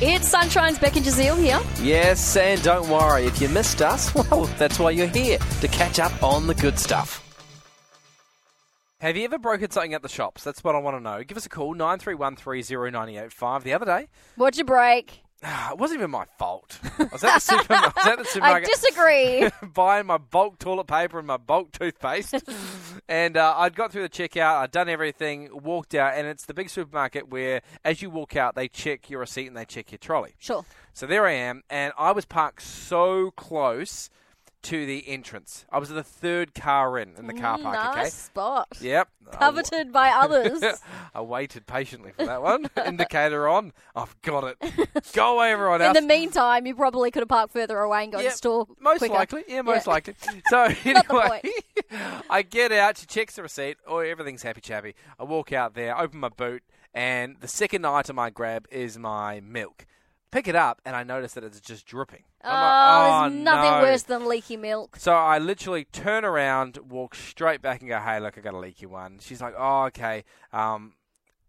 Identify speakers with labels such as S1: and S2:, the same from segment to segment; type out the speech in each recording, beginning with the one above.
S1: It's Sunshine's Becky Jazeel here.
S2: Yes, and don't worry, if you missed us, well, that's why you're here, to catch up on the good stuff. Have you ever broken something at the shops? That's what I want to know. Give us a call, 93130985. The other day,
S1: What'd you break?
S2: ah, it wasn't even my fault. I was at the, superma- I was at the
S1: I
S2: supermarket
S1: disagree.
S2: buying my bulk toilet paper and my bulk toothpaste. and uh, I'd got through the checkout, I'd done everything, walked out, and it's the big supermarket where, as you walk out, they check your receipt and they check your trolley.
S1: sure.
S2: So there I am, and I was parked so close to the entrance. I was the third car in in the car park.
S1: nice spot.
S2: Okay. Yep. I wa-
S1: Coveted by others.
S2: I waited patiently for that one. Indicator on. I've got it. Go away, everyone
S1: In
S2: else.
S1: the meantime, you probably could have parked further away and got
S2: Yep,
S1: to store
S2: most
S1: quicker.
S2: likely. Yeah, most
S1: Yeah.
S2: likely. So anyway,
S1: point.
S2: I get out. She checks the receipt. Oh, everything's happy chappy. I walk out there, open my boot, and the second item I grab is my milk. Pick it up, and I notice that it's just dripping.
S1: Oh,
S2: I'm like,
S1: there's nothing
S2: no.
S1: worse than leaky milk.
S2: So I literally turn around, walk straight back, and go, "Hey, look, I got a leaky one." She's like, "Oh, okay." Um,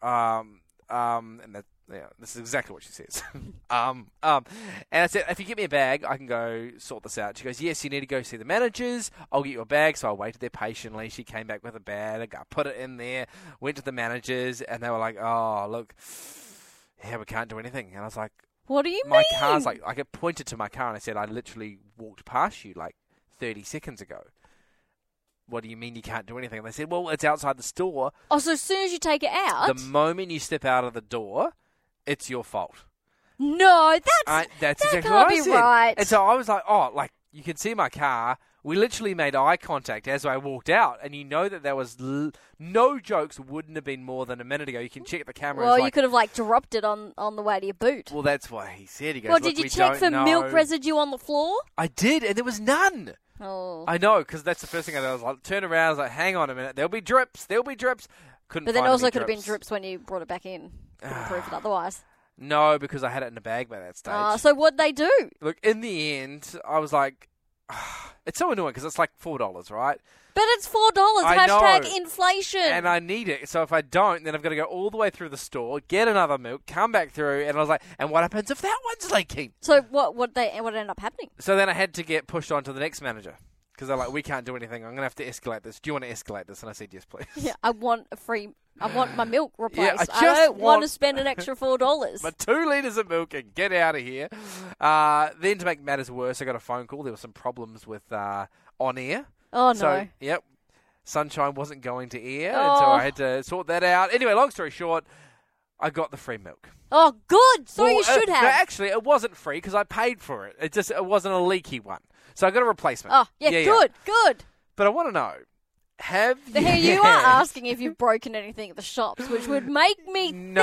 S2: um, um, and that, yeah, this is exactly what she says. um, um, and I said, "If you get me a bag, I can go sort this out." She goes, "Yes, you need to go see the managers. I'll get you a bag." So I waited there patiently. She came back with a bag. I put it in there. Went to the managers, and they were like, "Oh, look." Yeah, we can't do anything. And I was like,
S1: What do you
S2: my
S1: mean?
S2: car's like I get pointed to my car and I said I literally walked past you like 30 seconds ago. What do you mean you can't do anything? And they said, well, it's outside the store.
S1: oh, so as soon as you take it out?
S2: The moment you step out of the door, it's your fault.
S1: no, that's
S2: I, that's
S1: that
S2: exactly
S1: can't
S2: what I
S1: be
S2: said.
S1: right.
S2: And so I was like, oh, like you can see my car. We literally made eye contact as I walked out, and you know that there was l- no jokes. Wouldn't have been more than a minute ago. You can check the camera.
S1: well,
S2: It's
S1: you
S2: like,
S1: could have like dropped it on on the way to your boot.
S2: Well, that's what he said. He goes,
S1: well,
S2: "Look,
S1: did you
S2: we
S1: check
S2: don't
S1: for milk
S2: know."
S1: residue on the floor?
S2: I did, and there was none.
S1: Oh,
S2: I know, because that's the first thing I did. I was like, turn around. I was like, hang on a minute. There'll be drips. There'll be drips. Couldn't.
S1: but then
S2: find
S1: also
S2: any
S1: could have been
S2: drips.
S1: drips when you brought it back in. Couldn't prove it otherwise.
S2: No, because I had it in a bag by that stage.
S1: Uh, so what'd they do?
S2: Look, in the end, I was like, it's so annoying because it's like four dollars, right?
S1: But it's four dollars.
S2: I
S1: Hashtag
S2: know.
S1: inflation.
S2: And I need it. So if I don't, then I've got to go all the way through the store, get another milk, come back through, and I was like, and what happens if that one's leaking?
S1: so what? What they? What ended up happening?
S2: So then I had to get pushed on to the next manager because they're like, we can't do anything. I'm going to have to escalate this. Do you want to escalate this? And I said, yes, please.
S1: Yeah, I want a free. I want my milk replaced.
S2: I
S1: I,
S2: just
S1: don't want to
S2: want-
S1: spend an extra four dollars.
S2: My two litres of milk and get out of here. Uh, then to make matters worse, I got a phone call. There were some problems with uh, on air.
S1: oh no.
S2: So, yep. Sunshine wasn't going to air, and so
S1: Oh.
S2: I had to sort that out. Anyway, long story short, I got the free milk.
S1: oh, good. So
S2: Well,
S1: you
S2: uh,
S1: should
S2: No,
S1: have.
S2: actually, it wasn't free because I paid for it. It just it wasn't a leaky one, so I got a replacement.
S1: oh, yeah, good, good.
S2: But I want to know: Have you?
S1: Here you are asking if you've broken anything at the shops, which would make me
S2: No.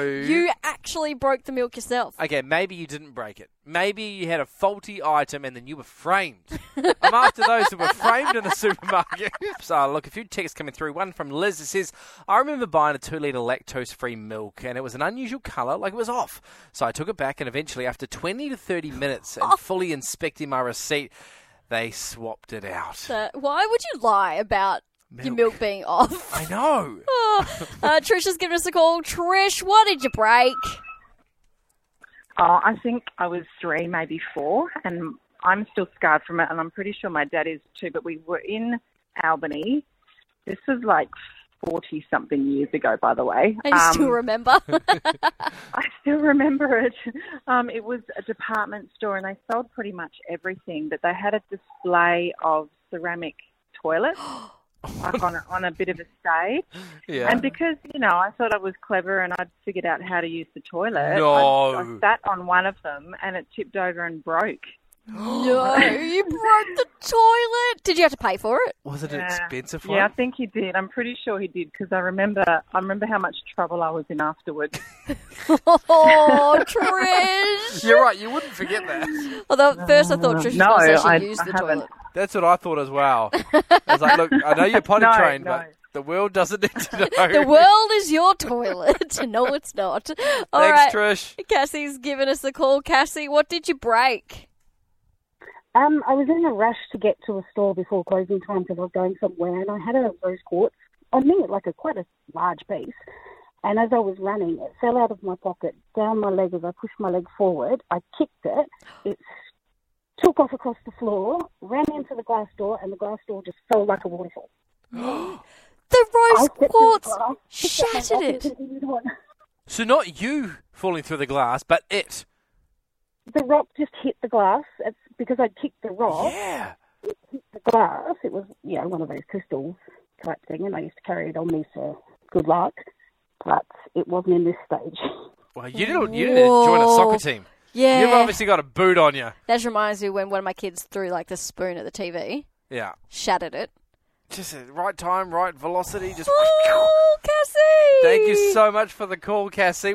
S1: think you actually broke the milk yourself.
S2: Okay, maybe you didn't break it. Maybe you had a faulty item and then you were framed. I'm after those who were framed in the supermarket. so, look, a few texts coming through. One from Liz that says, I remember buying a two litre lactose free milk and it was an unusual colour, like it was off. So I took it back and eventually, after 20 to 30 minutes and fully inspecting my receipt, they swapped it out.
S1: Uh, why would you lie about your
S2: Milk.
S1: milk being off?
S2: I know.
S1: uh, Trish has given us a call. Trish, what did you break?
S3: Oh, I think I was three, maybe four, and I'm still scarred from it, and I'm pretty sure my dad is too. But we were in Albany. This was like 40 something years ago, by the way.
S1: And you still
S3: Um,
S1: remember?
S3: I still remember it. Um, it was a department store, and they sold pretty much everything, but they had a display of ceramic toilets. Like on a, on a bit of a stage,
S2: Yeah.
S3: and because you know, I thought I was clever and I'd figured out how to use the toilet. I,
S2: No.
S3: I sat on one of them and it tipped over and broke.
S1: no, you broke the toilet. Did you have to pay for it?
S2: Was it an
S3: Yeah.
S2: expensive one?
S3: Yeah, I think he did. I'm pretty sure he did because I remember. I remember how much trouble I was in afterwards.
S1: Oh, Trish.
S2: You're right, you wouldn't forget that.
S1: Although at first I thought Trish
S3: No,
S1: was
S3: I-
S1: actually used
S3: I
S1: the
S3: haven't.
S1: toilet.
S2: That's what I thought as well. I was like, look, I know you're potty
S3: No,
S2: trained,
S3: no.
S2: but the world doesn't need to know.
S1: The world is your toilet. no, it's not. All right,
S2: Thanks, Trish.
S1: Cassie's given us a call. Cassie, what did you break?
S4: Um, I was in a rush to get to a store before closing time because I was going somewhere, and I had a rose quartz on me, like a quite a large piece. And as I was running, it fell out of my pocket, down my leg as I pushed my leg forward. I kicked it. It took off across the floor, ran into the glass door, and the glass door just fell like a waterfall.
S1: The rose
S4: I stepped through the
S1: quartz
S4: glass, picked up my
S1: shattered it.
S4: bag, and continued on.
S2: So not you falling through the glass, but it.
S4: The rock just hit the glass. It's because I kicked the rock.
S2: Yeah.
S4: the glass. It was, you know, one of those crystals type thing, and I used to carry it on me for good luck. But it wasn't in this stage.
S2: Well, you didn't. You didn't join a
S1: Whoa.
S2: soccer team. You've
S1: Yeah.
S2: obviously got a boot on you.
S1: That reminds me when one of my kids threw like the spoon at the TV,
S2: Yeah.
S1: shattered it.
S2: Just uh, right time, right velocity. Just.
S1: Oh, Cassie!
S2: Thank you so much for the call, Cassie.